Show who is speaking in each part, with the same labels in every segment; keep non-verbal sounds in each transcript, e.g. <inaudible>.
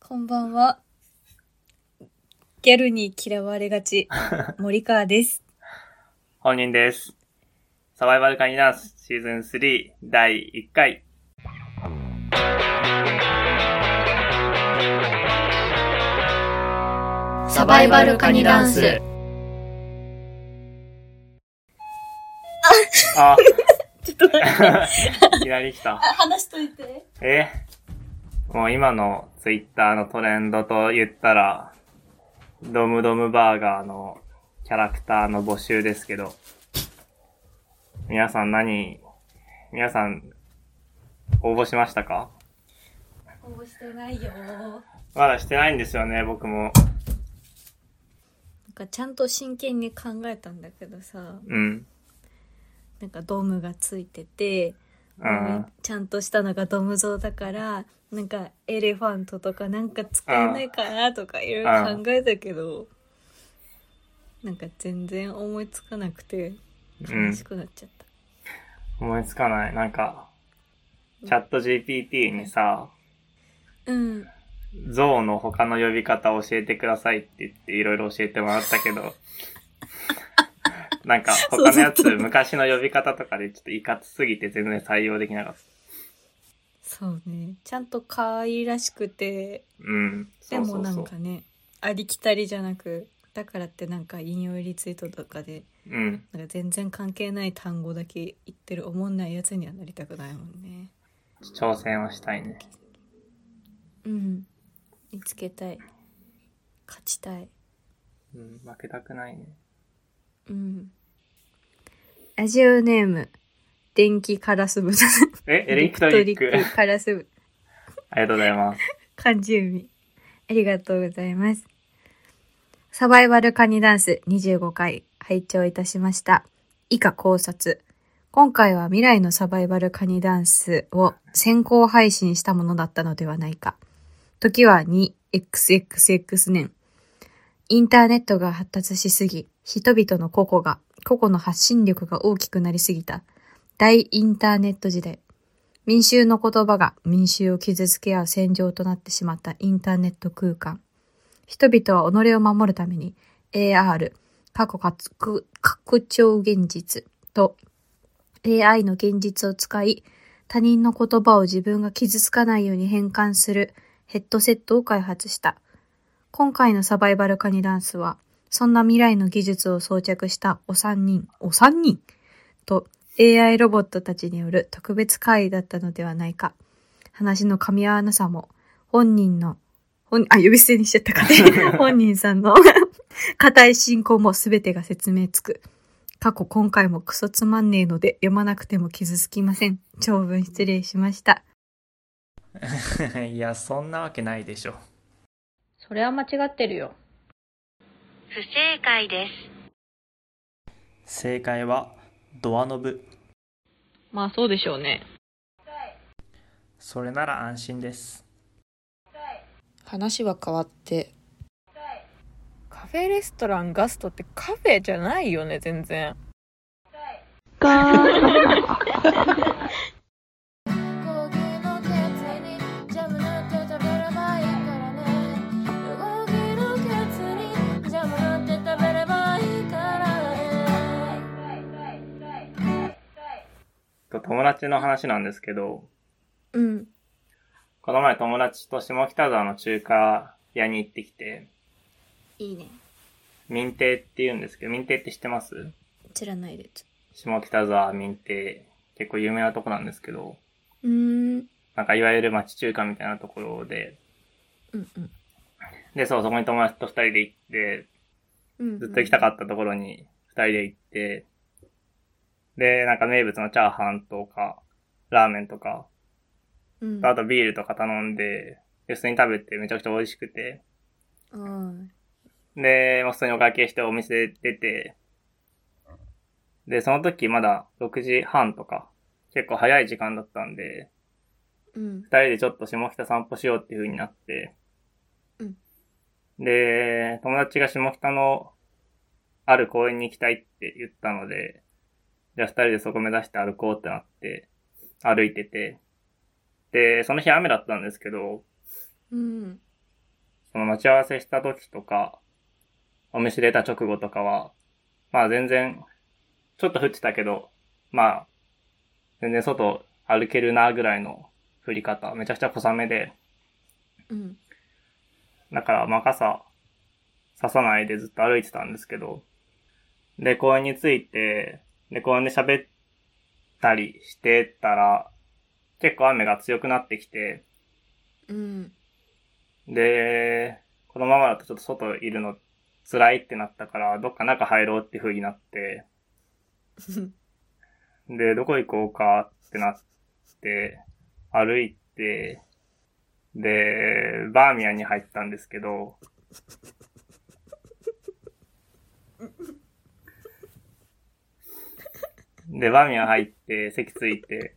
Speaker 1: こんばんは。ギャルに嫌われが
Speaker 2: <laughs>
Speaker 1: ち、森川です。
Speaker 2: 本人です。サバイバルカニダンスシーズン3第1回。
Speaker 3: サバイバルカニダンス。
Speaker 2: <laughs> あ、
Speaker 1: ちょっと待って、
Speaker 2: いきなり来
Speaker 3: <laughs>
Speaker 2: た。
Speaker 1: 話しといて。
Speaker 2: えもう今のツイッターのトレンドと言ったら、ドムドムバーガーのキャラクターの募集ですけど、皆さん何、皆さん応募しましたか
Speaker 1: 応募してないよ。なん
Speaker 2: まだしてないんですよね、僕も。
Speaker 1: かちゃんと真剣に考えたんだけどさ、
Speaker 2: うん。
Speaker 1: なんかドームがついてて、
Speaker 2: うん。
Speaker 1: ちゃんとしたのがドム像だから、なんかエレファントとかなんか使えないかなとかいろいろ考えたけど、なんか全然思いつかなくて
Speaker 2: うん
Speaker 1: 悲しくなっちゃった。
Speaker 2: 思いつかない。なんか、チャット GPT にさ、
Speaker 1: うん。
Speaker 2: 象の他の呼び方を教えてくださいって言っていろいろ教えてもらったけど、
Speaker 1: <laughs>
Speaker 2: なんか他のやつ
Speaker 1: そうだっ
Speaker 2: 昔の呼び方とかでちょっといかつすぎて全然採用できなかった。
Speaker 1: そうね。ちゃんと可愛らしくて、
Speaker 2: うん。
Speaker 1: で
Speaker 2: そう
Speaker 1: も
Speaker 2: そう
Speaker 1: な
Speaker 2: そ
Speaker 1: ん
Speaker 2: う
Speaker 1: か。ね、ありきたりじゃなく、だからってなんか引用リツイートとかで、
Speaker 2: うん。
Speaker 1: なんか全然関係ない単語だけ言ってる思んないやつにはなりたくないもんね。
Speaker 2: 挑戦をしたいね。
Speaker 1: うん。見つけたい。勝ちたい。
Speaker 2: うん、負けたくないね。
Speaker 1: うん。ラジオネーム、電気カラスブタ。
Speaker 2: え、エレクトリック。
Speaker 1: カラスブ。
Speaker 2: <laughs> ありがとうございます。
Speaker 1: 漢字海。ありがとうございます。サバイバルカニダンス25回拝聴いたしました。以下考察。今回は未来のサバイバルカニダンスを先行配信したものだったのではないか。時は 2XXX 年。インターネットが発達しすぎ、人々の個々が、個々の発信力が大きくなりすぎた。大インターネット時代。民衆の言葉が民衆を傷つけ合う戦場となってしまったインターネット空間。人々は己を守るために AR、過去かつく拡張現実と AI の現実を使い、他人の言葉を自分が傷つかないように変換するヘッドセットを開発した。今回のサバイバルカニダンスは、そんな未来の技術を装着したお三人、お三人と AI ロボットたちによる特別会だったのではないか。話の噛み合わなさも、本人の、本、あ、呼び捨てにしちゃ
Speaker 2: <laughs>
Speaker 1: ったかね。本人さんの <laughs> 固い信仰も全てが説明つく。過去今回もクソつまんねえので読まなくても傷つきません。長文失礼しました。
Speaker 2: <laughs> いや、そんなわけないでしょ。
Speaker 4: それは間違ってるよ。
Speaker 3: 不正解です。
Speaker 2: 正解は、ドアノブ。
Speaker 4: まあそうでしょうね。
Speaker 2: それなら安心です。
Speaker 5: 話は変わってカフェレストランガストってカフェじゃないよね全然
Speaker 6: 講義の決にジャムなんて食べればいいからね講義の決にジャムなんて食べればいいからね
Speaker 2: と友達の話なんですけど、
Speaker 1: うん。
Speaker 2: この前友達と下北沢の中華屋に行ってきて、
Speaker 1: いいね。
Speaker 2: 民邸って言うんですけど、民邸って知ってます
Speaker 1: 知らないです。
Speaker 2: 下北沢民邸、結構有名なとこなんですけど、
Speaker 1: うーん。
Speaker 2: なんかいわゆる町中華みたいなところで、
Speaker 1: うんうん。
Speaker 2: で、そう、そこに友達と二人で行って、
Speaker 1: うん
Speaker 2: ずっと行きたかったところに二人で行って、で、なんか名物のチャーハンとか、ラーメンとか、
Speaker 1: うん。
Speaker 2: あとビールとか頼んで、で普通に食べてめちゃくちゃ美味しくて、
Speaker 1: うん。
Speaker 2: で、まあ普通にお会計してお店出て、で、その時まだ6時半とか、結構早い時間だったんで、
Speaker 1: うん
Speaker 2: 二。人でちょっと下北散歩しようっていう風になって、
Speaker 1: うん
Speaker 2: で、友達が下北のある公園に行きたいって言ったので、じゃあ二人でそこ目指して歩こうってなって、歩いてて、で、その日雨だったんですけど、
Speaker 1: うん。
Speaker 2: その待ち合わせした時とか、お店出た直後とかは、まあ全然、ちょっと降ってたけど、まあ、全然外歩けるなぐらいの降り方、めちゃくちゃ小雨で、
Speaker 5: うん
Speaker 2: だから、まあ、傘、ささないでずっと歩いてたんですけど、で、公園に着いて、で、公園で喋ったりしてたら、結構雨が強くなってきて、
Speaker 5: うん
Speaker 2: で、このままだとちょっと外いるの辛いってなったから、どっか中入ろうって風にな
Speaker 5: <laughs>
Speaker 2: って、で、どこ行こうかってなって、歩いて、で、バーミヤンに入ったんですけど、で、バーミヤン入って、席ついて、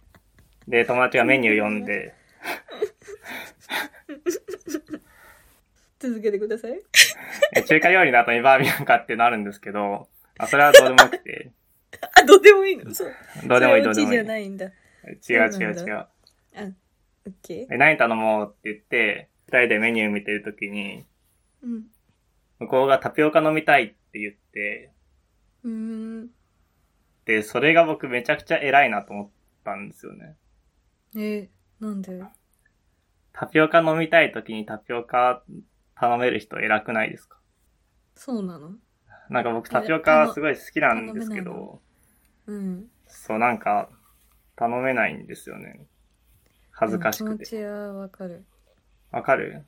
Speaker 2: で、友達がメニュー読んで、
Speaker 5: 続けてください
Speaker 2: え中華料理の後にバーミヤンかってなるんですけど、あそれはどうでもよく
Speaker 5: <laughs>
Speaker 2: て、
Speaker 5: あどうでもいいのそう
Speaker 2: どうでもいい、ど
Speaker 5: そうれ
Speaker 2: でもいい。違
Speaker 5: オチじゃ
Speaker 2: う
Speaker 5: ないんだ
Speaker 2: 違う
Speaker 5: そ
Speaker 2: 違
Speaker 5: うな
Speaker 2: う。
Speaker 5: オッケ
Speaker 2: え、何頼もうって言って、二人でメニュー見てるときに、
Speaker 5: ーうん
Speaker 2: 向こうがタピオカ飲みたいって言って、
Speaker 5: うーん
Speaker 2: で、それが僕めちゃくちゃ偉いなと思ったんですよね。
Speaker 1: えー、なんで
Speaker 2: タピオカ飲みたい時にタピオカ頼める人偉くないですか
Speaker 1: そうなの
Speaker 2: なんか僕
Speaker 1: え
Speaker 2: タピオカ
Speaker 1: 頼
Speaker 2: すごい好きなんですけ
Speaker 1: 頼めない
Speaker 2: ど、
Speaker 1: うん。
Speaker 2: そうなんか頼めないんですよね。恥ずかし
Speaker 1: で
Speaker 2: く
Speaker 1: も気持
Speaker 2: て。
Speaker 1: ちはわかる。
Speaker 2: わかる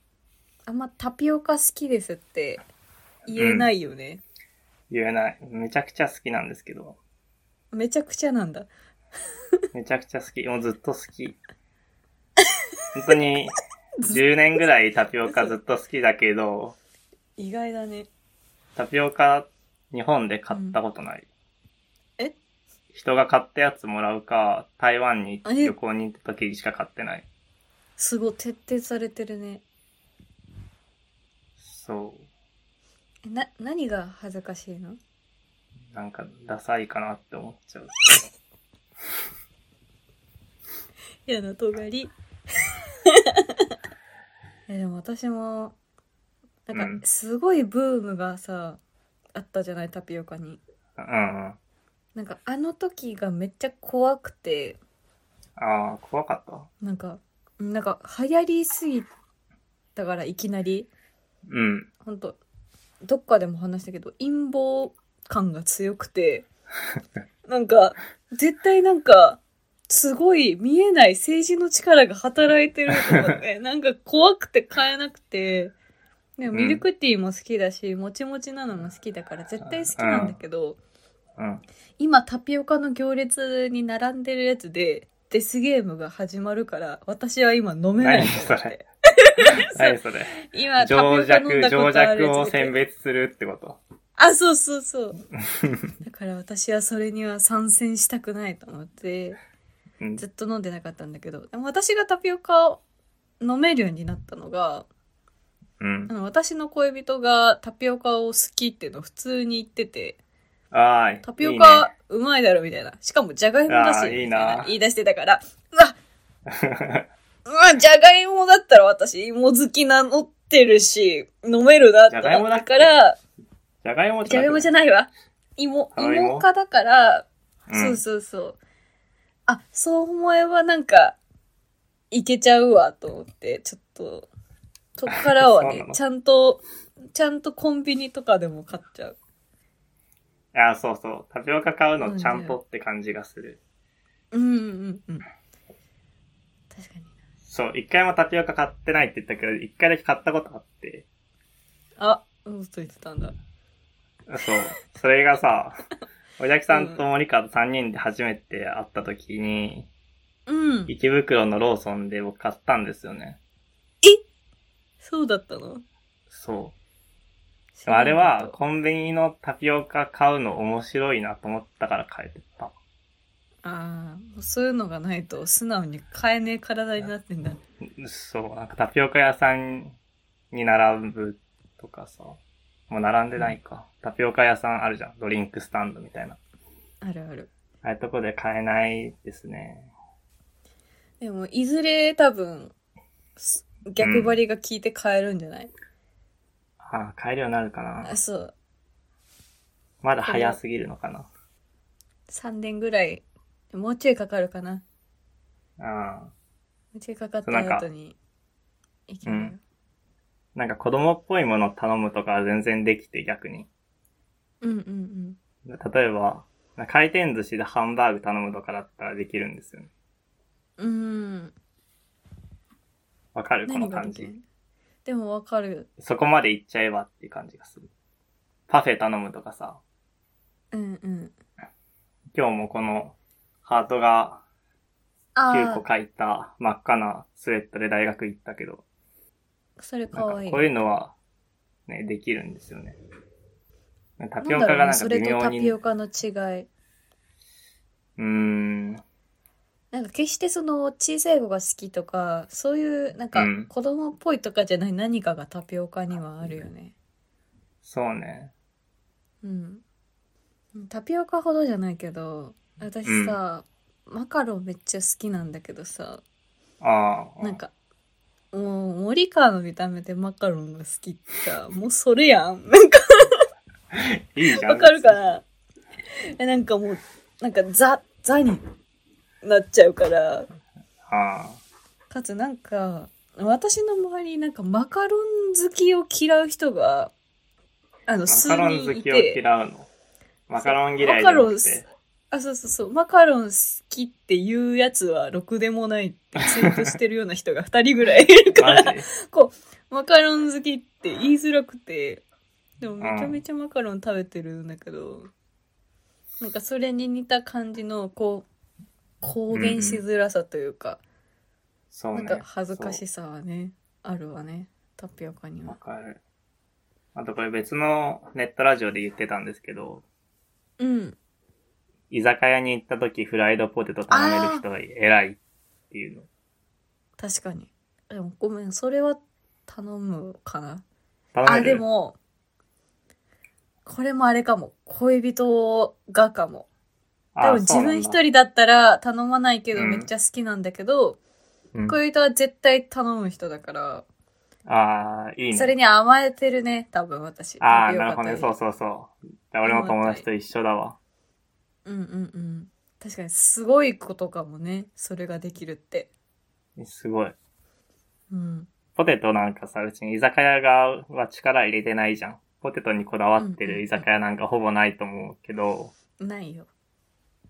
Speaker 1: あんまタピオカ好きですって言えないよね。
Speaker 2: 言えない。めちゃくちゃ好きなんですけど。
Speaker 1: めちゃくちゃなんだ。
Speaker 2: めちゃくちゃ好き。もうずっと好き。本当
Speaker 1: <laughs>
Speaker 2: に10年ぐらいタピオカずっと好きだけど、
Speaker 5: 意外だね
Speaker 2: タピオカ日本で買ったことない。
Speaker 5: うんえ
Speaker 2: 人が買ったやつもらうか、台湾に旅行に行った時しか買ってない。
Speaker 1: すごい徹底されてるね。
Speaker 2: そ
Speaker 1: えな、何が恥ずかしいの
Speaker 2: う。なんか、ダサいかなって思っちゃう。
Speaker 5: 嫌なとがり
Speaker 1: <laughs> えでも私も
Speaker 2: う
Speaker 1: なん
Speaker 2: ん
Speaker 1: かすごいブームがさ、あったじゃないタピオカに
Speaker 2: うんうん。あ
Speaker 1: なんかあの時がめっちゃ怖くて
Speaker 2: あー、怖かった。
Speaker 1: なんかなんか流行りすぎたからいきなり
Speaker 2: うん。
Speaker 1: ほんとどっかでも話したけど陰謀感が強くてなんか絶対なんかすごい見えない政治の力が働いてるとかねなんか怖くて買えなくてでも
Speaker 2: うん
Speaker 1: ミルクティーも好きだし、もちもちなのも好きだから絶対好きなんだけど、 <laughs>
Speaker 2: うん。
Speaker 1: 今タピオカの行列に並んでるやつでデスゲームが始まるから私は今飲めないと思
Speaker 2: 何
Speaker 1: っ
Speaker 2: それ
Speaker 1: て
Speaker 2: 何それ。
Speaker 1: 今タピ
Speaker 2: 情
Speaker 1: オカ飲ん
Speaker 2: 弱、
Speaker 1: だ
Speaker 2: 情
Speaker 1: ことある
Speaker 2: 弱
Speaker 1: や
Speaker 2: を
Speaker 1: つで
Speaker 2: 選別するってこと。
Speaker 1: あ、そうそうそう。だから私はそれには参戦したくないと思って、
Speaker 2: うん。
Speaker 1: ずっと飲んでなかったんだけど、でも私がタピオカを飲めるようになったのが、
Speaker 2: うん
Speaker 1: あ。の私の恋人がタピオカを好きっていうのを普通に言ってて、
Speaker 2: ああ、
Speaker 1: タピ
Speaker 2: い
Speaker 1: オ
Speaker 2: いね
Speaker 1: カうまいだろみたいな。しかもじゃがいもだし、
Speaker 2: あーいい
Speaker 1: み
Speaker 2: な
Speaker 1: たいな言い出してたから、うわうわ、じゃがいもだったら私芋好きなのってるし、飲めるなって
Speaker 2: じゃがいもだ
Speaker 1: な
Speaker 2: っ
Speaker 1: っ
Speaker 2: け
Speaker 1: たから、
Speaker 2: じゃがいも
Speaker 1: じゃがいもじゃ
Speaker 2: ゃ
Speaker 1: ないわ。芋、
Speaker 2: あ芋
Speaker 1: 芋かだから、
Speaker 2: うん
Speaker 1: そうそうそう。あ、そう思えばなんか、いけちゃうわと思って、ちょっと、そっからは
Speaker 2: <laughs> そう
Speaker 1: ね
Speaker 2: な、の
Speaker 1: ちゃんと、ちゃんとコンビニとかでも買っちゃう。
Speaker 2: ああ、そうそう。タピオカ買うのちゃんとって感じがする。
Speaker 1: うんうんうん。確かに。
Speaker 2: そう、一回もタピオカ買ってないって言ったけど、一回だけ買ったことあって、
Speaker 1: あ、嘘ついてたんだ。
Speaker 2: そう、それ
Speaker 1: <laughs>
Speaker 2: がさ、おじきさんと森川と3人で初めて会った時に、
Speaker 1: うん。
Speaker 2: 池袋のローソンで僕買ったんですよね。
Speaker 1: そうだったの
Speaker 2: そう。でもあれは、、コンビニのタピオカ買うの面白いなと思ったから買えてた。
Speaker 1: ああ、もうそういうのがないと素直に買えねえ体になってんだ。
Speaker 2: そう、なんかタピオカ屋さんに並ぶとかさ、もう並んでないか。タピオカ屋さんあるじゃん。ドリンクスタンドみたいな。
Speaker 1: あるある。
Speaker 2: ああいうとこで買えないですね。
Speaker 1: でも、いずれ多分、す逆張りが効いて買えるんじゃない、
Speaker 2: あ買えるようになるかな。
Speaker 1: あ、そう。
Speaker 2: まだ早すぎるのかな。
Speaker 1: 3年ぐらい。もうちょいかかるかな。も
Speaker 2: うん。
Speaker 1: うちょいかかっ
Speaker 2: そうな
Speaker 1: た
Speaker 2: んか
Speaker 1: 後に。いけるよ
Speaker 2: うんなんか子供っぽいもの頼むとかは全然できて逆に。
Speaker 1: うんうんうん。
Speaker 2: 例えば、回転寿司でハンバーグ頼むとかだったらできるんですよね。
Speaker 1: うん。
Speaker 2: わかるこの
Speaker 1: 何が
Speaker 2: 感
Speaker 1: でき
Speaker 2: じ
Speaker 1: る。でもわかる。
Speaker 2: そこまで行っちゃえばっていう感じがする。パフェ頼むとかさ、
Speaker 1: うんうん。
Speaker 2: 今日もこのハートが
Speaker 1: あ
Speaker 2: 9個
Speaker 1: あ、
Speaker 2: 書いた真っ赤なスウェットで大学行ったけど、
Speaker 1: それ
Speaker 2: な
Speaker 1: か
Speaker 2: んかこ
Speaker 1: わ
Speaker 2: う
Speaker 1: いい。
Speaker 2: いうのはね、できるんですよね。タピオカがなんか
Speaker 1: それ
Speaker 2: 微
Speaker 1: と
Speaker 2: 妙
Speaker 1: タ
Speaker 2: に、
Speaker 1: ピオカの違い。
Speaker 2: うーん、
Speaker 1: なんか決してその小さい子が好きとか、そういうなんか
Speaker 2: うん
Speaker 1: 子供っぽいとかじゃない何かがタピオカにはあるよね。
Speaker 2: そうね。
Speaker 1: うん。タピオカほどじゃないけど、私さ、マカロンめっちゃ好きなんだけどさ、
Speaker 2: ああ、
Speaker 1: なんか、もう森川の見た目でマカロンが好きってさ、もうそれやん。 <laughs> なんか
Speaker 2: いいじゃん。
Speaker 1: わかるかなえなんかもう、なんかザ、ザになっちゃうから、
Speaker 2: あ
Speaker 1: かつなんか私の周りになんかマカロン好きを嫌う人があの
Speaker 2: あ、マ
Speaker 1: 数
Speaker 2: カロン
Speaker 1: 人
Speaker 2: 好
Speaker 1: い
Speaker 2: きを
Speaker 1: て
Speaker 2: 嫌うの。マカロン嫌いじ
Speaker 1: マ
Speaker 2: ゃ
Speaker 1: カロ
Speaker 2: な
Speaker 1: ン
Speaker 2: くて。
Speaker 1: あそうそうそうマカロン好きっていうやつはろくでもないってツイートしてるような人が2人ぐらいいるか
Speaker 2: マジ
Speaker 1: ら <laughs> マカロン好きって言いづらくてでもめちゃめちゃマカロン食べてるんだけど、なんかそれに似た感じのこう公言しづらさというか、
Speaker 2: そう
Speaker 1: な
Speaker 2: ね。
Speaker 1: んか恥ずかし
Speaker 2: そ
Speaker 1: さはね、あるわね。タピオカに
Speaker 2: うわ
Speaker 1: は。
Speaker 2: かる。あとこれ別のネットラジオで言ってたんですけど、
Speaker 1: うん。
Speaker 2: 居酒屋に行った時フライドポテト頼める人が偉いっていうの。
Speaker 1: 確かに。でもごめん、それは頼むかな。
Speaker 2: 頼め
Speaker 1: あ、
Speaker 2: る
Speaker 1: でも、これもあれかも。恋人がかも。多
Speaker 2: あ
Speaker 1: 分
Speaker 2: そ
Speaker 1: 自
Speaker 2: うなんだ
Speaker 1: 分一人だったら頼まないけど
Speaker 2: うん
Speaker 1: めっちゃ好きなんだけど、
Speaker 2: うん
Speaker 1: 恋人は絶対頼む人だから、
Speaker 2: ああ、いいね。
Speaker 1: それに甘えてるね、多分私。
Speaker 2: ああ、
Speaker 1: タピオ
Speaker 2: な
Speaker 1: カ
Speaker 2: るほどね。
Speaker 1: と
Speaker 2: そうそうそう。だ俺の友達と一緒だわ。
Speaker 1: うんうんうん。確かにすごいことかもね、それができるって。
Speaker 2: すごい。
Speaker 1: うん。
Speaker 2: ポテトなんかさ、うちに居酒屋側は力入れてないじゃん。ポテトにこだわってる居酒屋なんかほぼないと思うけど、
Speaker 1: ないよ。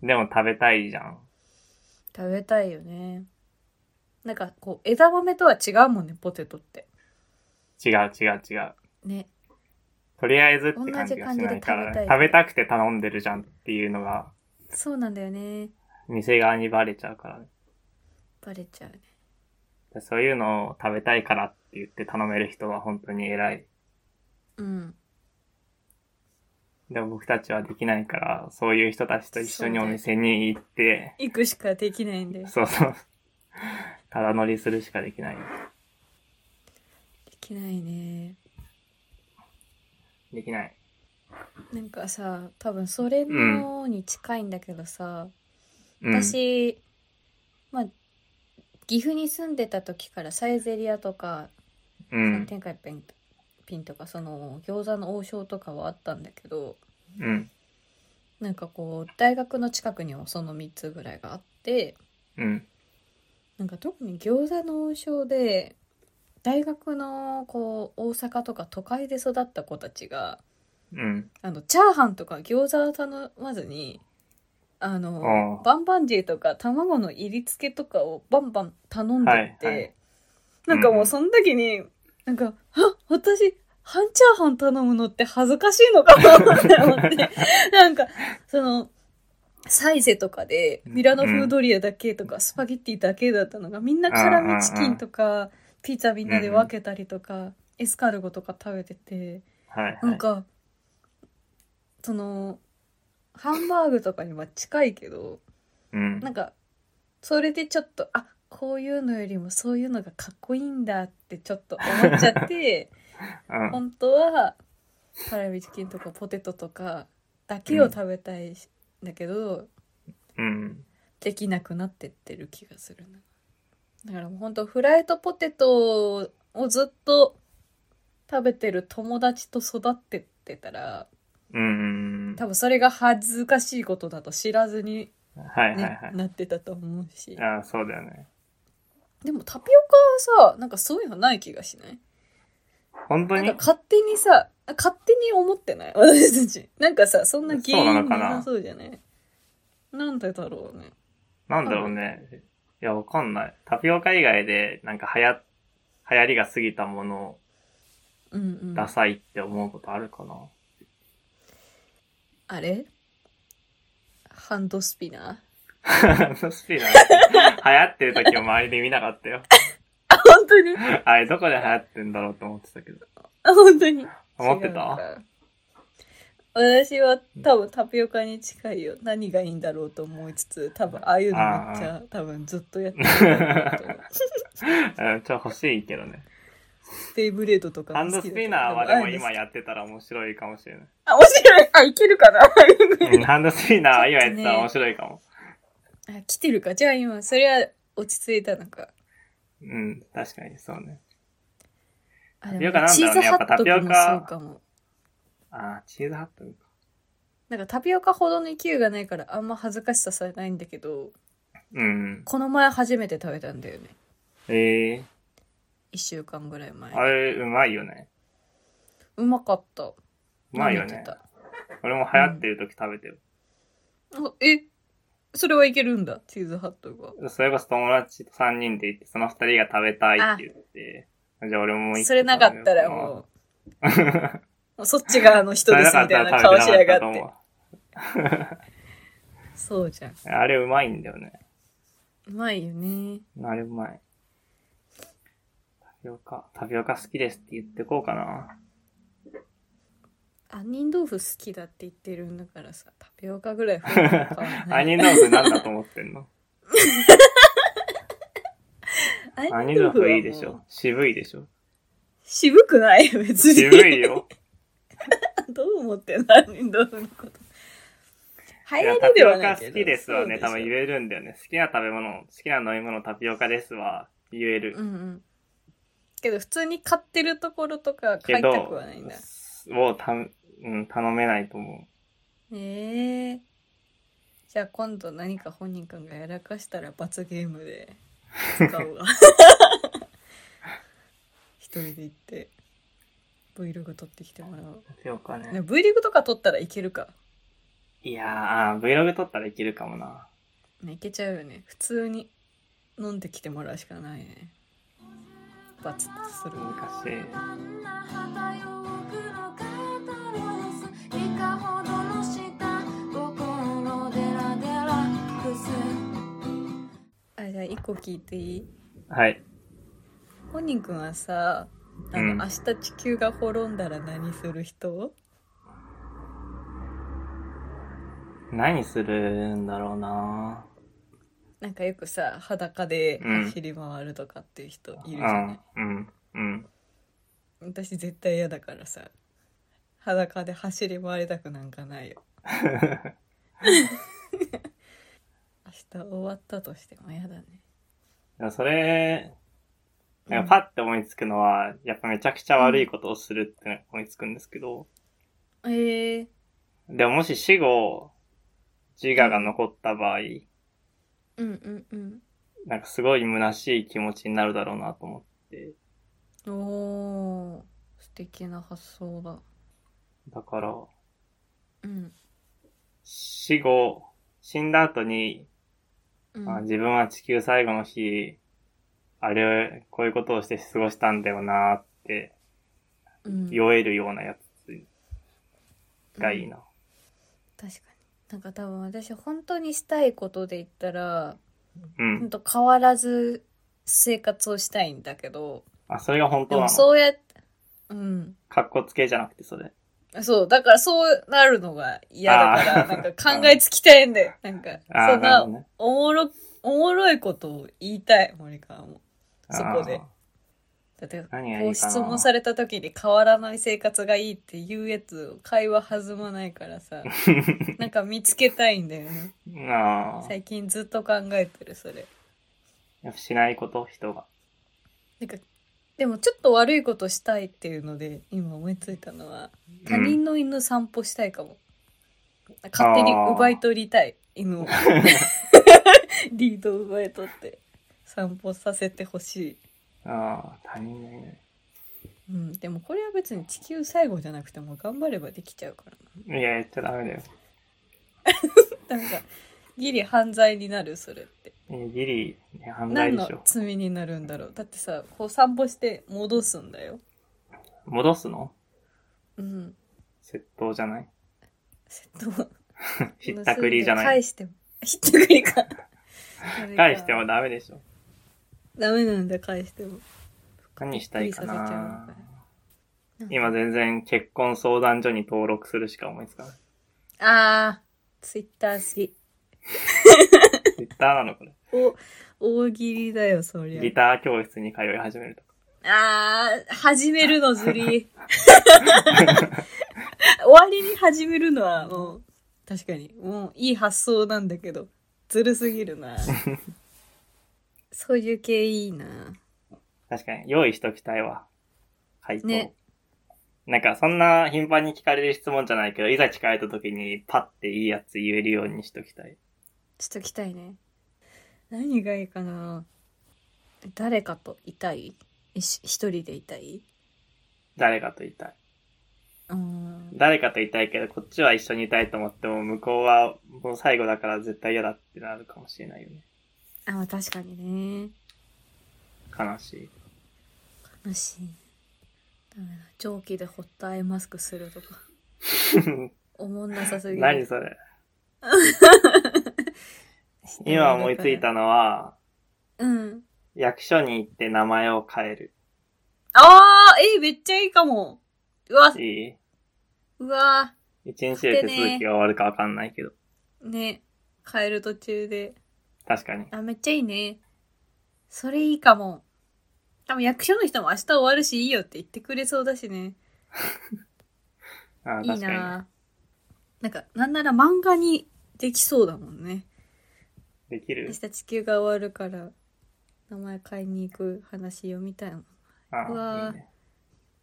Speaker 2: でも食べたいじゃん。
Speaker 1: 食べたいよねなんかこう枝豆とは違うもんねポテトって
Speaker 2: 違う違う違う。
Speaker 1: ね
Speaker 2: とりあえずって感じがしないから、
Speaker 1: 同じ感じで食べたい
Speaker 2: 食べたくて頼んでるじゃんっていうのが、
Speaker 1: そうなんだよね
Speaker 2: 店側にバレちゃうから、ね、
Speaker 1: バレちゃうね
Speaker 2: そういうのを食べたいからって言って頼める人は本当に偉い。
Speaker 1: うん
Speaker 2: でも僕たちはできないから、そういう人たちと一緒に
Speaker 1: そう
Speaker 2: お
Speaker 1: ね
Speaker 2: 店に行って、
Speaker 1: 行くしかできないんでで
Speaker 2: そうそう。ただ乗りするしかできない。
Speaker 1: きないね
Speaker 2: できない。
Speaker 1: なんかさ多分それのに近いんだけどさ、
Speaker 2: うん、
Speaker 1: 私まあ岐阜に住んでた時からサイゼリアとか
Speaker 2: う
Speaker 1: 天
Speaker 2: ん。
Speaker 1: 天海ペンピンとかその餃子の王将とかはあったんだけど
Speaker 2: うん。
Speaker 1: なんかこう大学の近くにもその3つぐらいがあって
Speaker 2: うん。
Speaker 1: なんか特に餃子の王将で大学のこう大阪とか都会で育った子たちが
Speaker 2: うん。
Speaker 1: あのチャーハンとか餃子を頼まずにあの
Speaker 2: ああ
Speaker 1: バンバンジーとか卵の入り付けとかをバンバン頼んでって、
Speaker 2: はいはい
Speaker 1: なんか
Speaker 2: うん
Speaker 1: もう
Speaker 2: う
Speaker 1: んその時に、なんか「あ私半チャーハン頼むのって恥ずかしいのかな」って思って
Speaker 2: <laughs>
Speaker 1: なんかその。サイゼとかでミラノ風ドリアだけとかスパゲッティだけだったのがみんな辛味チキンとかピザみんなで分けたりとかエスカルゴとか食べてて
Speaker 2: はい、はい。
Speaker 1: なんか、その、ハンバーグとかには近いけど、
Speaker 2: うん。
Speaker 1: なんか、それでちょっと、あ、こういうのよりもそういうのがかっこいいんだってちょっと思っちゃ
Speaker 2: <laughs>
Speaker 1: って、
Speaker 2: うん。
Speaker 1: 本当は、辛味チキンとかポテトとかだけを食べたいんだけど、
Speaker 2: うん。
Speaker 1: できなくなってってる気がするなだからもう本当フライドポテトをずっと食べてる友達と育ってってたら
Speaker 2: うんうんうん。
Speaker 1: 多分それが恥ずかしいことだと知らずに、
Speaker 2: はい
Speaker 1: ね
Speaker 2: はいはい。
Speaker 1: なってたと思うし
Speaker 2: ああ、そうだよね。
Speaker 1: でもタピオカはさなんかそういうのない気がしない
Speaker 2: 本当
Speaker 1: なん
Speaker 2: に
Speaker 1: か勝手にさ勝手に思ってない私たちなんかさそんな原
Speaker 2: そうな
Speaker 1: 因
Speaker 2: の
Speaker 1: に
Speaker 2: かな
Speaker 1: なそうじゃないなんでだろうね
Speaker 2: なんだろうね。いや、わかんない。タピオカ以外で、なんか流行、流行りが過ぎたものを
Speaker 1: うんうん
Speaker 2: ダサいって思うことあるかな。 <laughs>
Speaker 1: あれハンドスピナー
Speaker 2: スピナー。流行ってる時を周りで見なか
Speaker 1: <laughs>
Speaker 2: ったよ。
Speaker 1: あ本当に
Speaker 2: あれ、どこで流行ってんだろうと思ってたけど。
Speaker 1: あ本当に
Speaker 2: 思って
Speaker 1: 違う
Speaker 2: た
Speaker 1: か私は多分タピオカに近いよ何がいいんだろうと思いつつ多分ああいうのめっちゃ多分ずっとやってるんだろうと
Speaker 2: <laughs>
Speaker 1: 思う
Speaker 2: うん、ちょ、欲しいけどね。
Speaker 1: ステイブレードとか
Speaker 2: ハンドスピナーはでも今
Speaker 1: や
Speaker 2: やってたら面白いかもしれない。
Speaker 1: あ面白 <laughs> いあいけるかな
Speaker 2: うんハンドスピナーは今やってたら面白いかも。
Speaker 1: あ来てるかじゃあ今それは落ち着いたのか
Speaker 2: うん、確かにそうね。
Speaker 1: あ
Speaker 2: タピオカなんだろうね
Speaker 1: チーズハットとかも
Speaker 2: や
Speaker 1: そ
Speaker 2: っ
Speaker 1: う
Speaker 2: ぱ
Speaker 1: かも
Speaker 2: あー、チーズハットグか。
Speaker 1: なんかタピオカほどの勢いがないからあんま恥ずかしささえないんだけど
Speaker 2: うん。
Speaker 1: この前初めて食べたんだよね
Speaker 2: ええ
Speaker 1: 1週間ぐらい前
Speaker 2: あれ、うまいよね。
Speaker 1: うまかった
Speaker 2: うまいよ
Speaker 1: 舐め
Speaker 2: ね
Speaker 1: て。た
Speaker 2: 俺も流行ってる時食べてる。
Speaker 1: あえそれはいけるんだチーズハットグは
Speaker 2: それこそ友達と3人で行って、その2人が食べたいって言って、じゃあ俺も一個
Speaker 1: それなかったらもうそっちがあの人
Speaker 2: 食べ
Speaker 1: で
Speaker 2: よ
Speaker 1: すみ
Speaker 2: うかな、
Speaker 1: た
Speaker 2: <laughs> そ
Speaker 1: い
Speaker 2: れ
Speaker 1: な
Speaker 2: なか
Speaker 1: 顔し
Speaker 2: ったら食べ
Speaker 1: や
Speaker 2: てな
Speaker 1: がって
Speaker 2: かったと思う。
Speaker 1: そうじゃん
Speaker 2: あれうまいんだよね。
Speaker 1: うまいよね
Speaker 2: あれうまい。タピオカ、タピオカ好きですって言ってこうかな。
Speaker 1: 杏仁豆腐好きだって言ってるんだからさタピオカぐらい増え
Speaker 2: <laughs>
Speaker 1: たら変わらない
Speaker 2: 杏仁豆腐なんだと思ってん
Speaker 1: <laughs>
Speaker 2: の杏仁豆腐いいでし
Speaker 1: はもう
Speaker 2: ょ。渋いで
Speaker 1: <laughs>
Speaker 2: しょ。
Speaker 1: 渋くない別に
Speaker 2: 渋いよ。
Speaker 1: <laughs> どう思ってんの杏仁豆腐のこと流
Speaker 2: いや
Speaker 1: 行
Speaker 2: タ
Speaker 1: り
Speaker 2: ピ
Speaker 1: で
Speaker 2: オ
Speaker 1: は
Speaker 2: カ
Speaker 1: ない
Speaker 2: 好
Speaker 1: けど
Speaker 2: きです
Speaker 1: <laughs>
Speaker 2: はね、多分言
Speaker 1: え
Speaker 2: えるんだよね。好きな食べ物、好きな飲み物タピオカですは言える
Speaker 1: う。んうんけど普通に買ってるところとか買
Speaker 2: け
Speaker 1: い
Speaker 2: ど、
Speaker 1: たくはないんだ
Speaker 2: をた、うん、頼めないと思
Speaker 1: ええじゃあ今度何か本人君がやらかしたら罰ゲームで使おう
Speaker 2: <laughs>
Speaker 1: が一人で行って Vlog 撮ってきてもらお
Speaker 2: う。タピオカ
Speaker 1: うね
Speaker 2: ね。
Speaker 1: Vlog とか撮ったらいけるか
Speaker 2: いやー、あー Vlog 撮ったらいけるかもな。
Speaker 1: ねいけちゃうよね普通に飲んできてもらうしかないねバツッとする
Speaker 2: 難しい。
Speaker 6: 「あんな肌よくの肩ロース」「いかほどの下心デラデラくす」
Speaker 1: あじゃあ一個聞いていい
Speaker 2: はい。
Speaker 1: 本人君はさあの、
Speaker 2: うん
Speaker 1: 明日地球が滅んだら何する人
Speaker 2: 何するんだろうな
Speaker 1: なんかよくさ裸で
Speaker 2: うん
Speaker 1: 走り回るとかっていう人いる
Speaker 2: う
Speaker 1: じゃない
Speaker 2: ん、、うん、うん。
Speaker 1: 私絶対嫌だからさ裸で走り回りたくなんかない
Speaker 2: <laughs>
Speaker 1: よ明日終わったとしても嫌だね
Speaker 2: でもそれ、なんかパッて思いつくのは、やっぱめちゃくちゃ悪いことをするってのが思いつくんですけど、
Speaker 1: えー、
Speaker 2: でももし死後、自我が残った場合、
Speaker 1: うんうんうん
Speaker 2: なんかすごい虚しい気持ちになるだろうなと思って。
Speaker 1: おー素敵な発想だ
Speaker 2: だから、
Speaker 1: うん
Speaker 2: 死後、死んだ後に、
Speaker 1: うん
Speaker 2: あ自分は地球最後の日、あれ、こういうことをして過ごしたんだよなーって、
Speaker 1: うん
Speaker 2: 酔えるようなやつがいいな。
Speaker 1: 確かになんか多分私本当にしたいことで言ったら
Speaker 2: うん。
Speaker 1: ほんと変わらず生活をしたいんだけど
Speaker 2: あ、それが本
Speaker 1: で
Speaker 2: 当な
Speaker 1: も
Speaker 2: の
Speaker 1: そうやってうん
Speaker 2: かっこつけじゃなくてそれ。
Speaker 1: そうだからそうなるのが嫌だか
Speaker 2: あ
Speaker 1: ら
Speaker 2: <laughs> ー
Speaker 1: なんか考えつきたいんだよなんか
Speaker 2: あー
Speaker 1: そん
Speaker 2: なる
Speaker 1: な
Speaker 2: ほどね
Speaker 1: おもろおもろいことを言いたい森川もそこで
Speaker 2: あ
Speaker 1: だって
Speaker 2: 何がいいかな
Speaker 1: こう質問された時に変わらない生活がいいっていうやつ会話弾まないから
Speaker 2: <laughs>
Speaker 1: さなんか見つけたいんだよね
Speaker 2: ーあー。
Speaker 1: 最近ずっと考えてるそれ
Speaker 2: やっぱしないこと、人が。
Speaker 1: なんかでもちょっと悪いことしたいっていうので今思いついたのは他人の犬散歩したいかも、勝手に奪い取りたい犬
Speaker 2: <laughs>
Speaker 1: を <laughs> リードを奪い取って散歩させてほし
Speaker 2: ああ、他人がいない。
Speaker 1: い、うん、でもこれは別に地球最後じゃなくても頑張ればできちゃうから
Speaker 2: いや、言っちゃダメだよ。
Speaker 1: ななんかギリ犯罪になるそれって
Speaker 2: えギリ、犯
Speaker 1: 何
Speaker 2: 罪で
Speaker 1: の
Speaker 2: しょ。
Speaker 1: 罪になるんだろうだってさこう散歩して戻すんだよ
Speaker 2: 戻すの
Speaker 1: うん
Speaker 2: 窃盗じゃない
Speaker 1: 窃盗
Speaker 2: ひったくりじゃない
Speaker 1: 返しても。ひったくりか。
Speaker 2: <laughs> 返してもダメでしょ。
Speaker 1: ダメなんだ、返しても。
Speaker 2: 何したいか
Speaker 1: びっくりさせちゃうの
Speaker 2: な
Speaker 1: かなんか
Speaker 2: 今全然結婚相談所に登録するしか思いつかない。
Speaker 1: あー、ツイッター好き。
Speaker 2: ギターなのこれ。
Speaker 1: お、大喜利だよ、そりゃ
Speaker 2: ギ。ター教室に通い始めるとか。
Speaker 1: あー、始めるのずり。終わりに始めるのは、もう、確かに、もういい発想なんだけど、ずるすぎるな。そういう系いいな。
Speaker 2: 確かに、用意しときたいわ。回答。
Speaker 1: ね
Speaker 2: なんか、そんな頻繁に聞かれる質問じゃないけど、いざ聞かれた時にパッていいやつ言えるようにしときたい。
Speaker 1: ちょっと来たいね。何がいいかな誰かといたいいし一人でいたい
Speaker 2: 誰かといたい。
Speaker 1: うーん。
Speaker 2: 誰かといたいけど、こっちは一緒にいたいと思っても、向こうはもう最後だから絶対嫌だってなるかもしれないよね。
Speaker 1: あ、まあ確かにね。
Speaker 2: 悲しい。 <laughs>
Speaker 1: 悲しい。ダメだ。蒸気でホットアイマスクするとか。おもんなさすぎ
Speaker 2: 何
Speaker 1: る。
Speaker 2: それ。
Speaker 1: <laughs>
Speaker 2: 今思いついたのは、
Speaker 1: うん。
Speaker 2: 役所に行って名前を変える。
Speaker 1: あーえーめっちゃいいかも。うわ、
Speaker 2: いいう
Speaker 1: わ、
Speaker 2: 一日で手続きが終わるかわかんないけど。
Speaker 1: ね。帰る途中で。
Speaker 2: 確かに。
Speaker 1: あ、めっちゃいいね。それいいかも。多分役所の人も明日終わるしいいよって言ってくれそうだしね。
Speaker 2: ああ、
Speaker 1: いい
Speaker 2: 確かに。
Speaker 1: ななんか、なんなら漫画にできそうだもんね。
Speaker 2: でき
Speaker 1: 明
Speaker 2: る
Speaker 1: 日地球が終わるから、名前買いに行く話読みたいもん。
Speaker 2: あ
Speaker 1: うわ
Speaker 2: あ、
Speaker 1: ー
Speaker 2: いいね。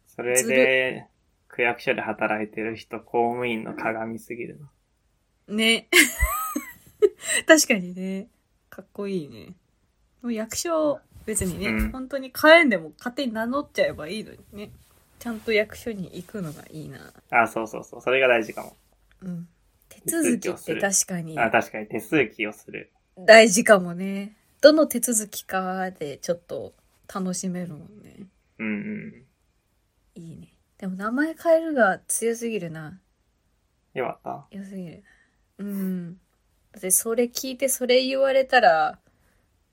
Speaker 2: それ
Speaker 1: ず
Speaker 2: で、区役所で働いてる人、公務員の鏡すぎるな。
Speaker 1: ね。 <laughs> 確かにね。かっこいいね。もう役所、別にね、
Speaker 2: うん
Speaker 1: 本当に買えんでも勝手に名乗っちゃえばいいのにね。ちゃんと役所に行くのがいいな。
Speaker 2: ああ、そうそうそう。それが大事かも。
Speaker 1: うん。手続きって確かに
Speaker 2: ああ、確かに手続きをする。
Speaker 1: 大事かもね。どの手続きかでちょっと楽しめるもんね。
Speaker 2: うんうん。
Speaker 1: いいね。でも名前変えるが強すぎるな。
Speaker 2: よかった。
Speaker 1: 強すぎる。うん。だってそれ聞いてそれ言われたら、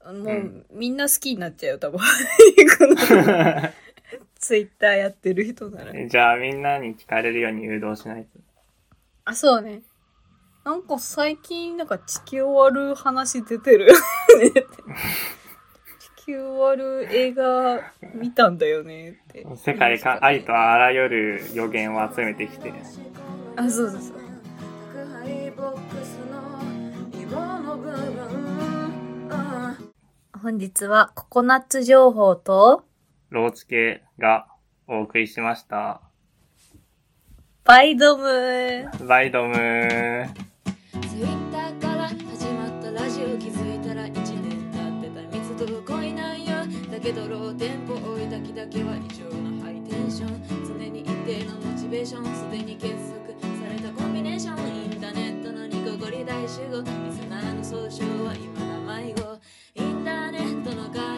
Speaker 1: もう、
Speaker 2: うん
Speaker 1: みんな好きになっちゃうよ、多分。この <laughs> ツイッターやってる人なら。
Speaker 2: じゃあみんなに聞かれるように誘導しないと。
Speaker 1: あ、そうね。なんか最近なんか地球終わる話出てる。ねって <laughs> 地球終わる映画見たんだよねって。
Speaker 2: 世界か愛とあらゆる予言を集めてきて。
Speaker 1: あそうそうそう
Speaker 6: 宅配ボックスの色の部分あ
Speaker 1: 本日はココナッツ情報と
Speaker 2: ローチ系がお送りしました。
Speaker 1: バイドム
Speaker 2: バイドムー。
Speaker 6: ツイッターから始まったラジオ気づいたら1年経ってた密度が濃いなんよだけどローテンポ追い炊きだけは異常なハイテンション常に一定のモチベーションすでに結束されたコンビネーションインターネットのニコゴリ大集合リスナーの総称は今だ迷子インターネットの代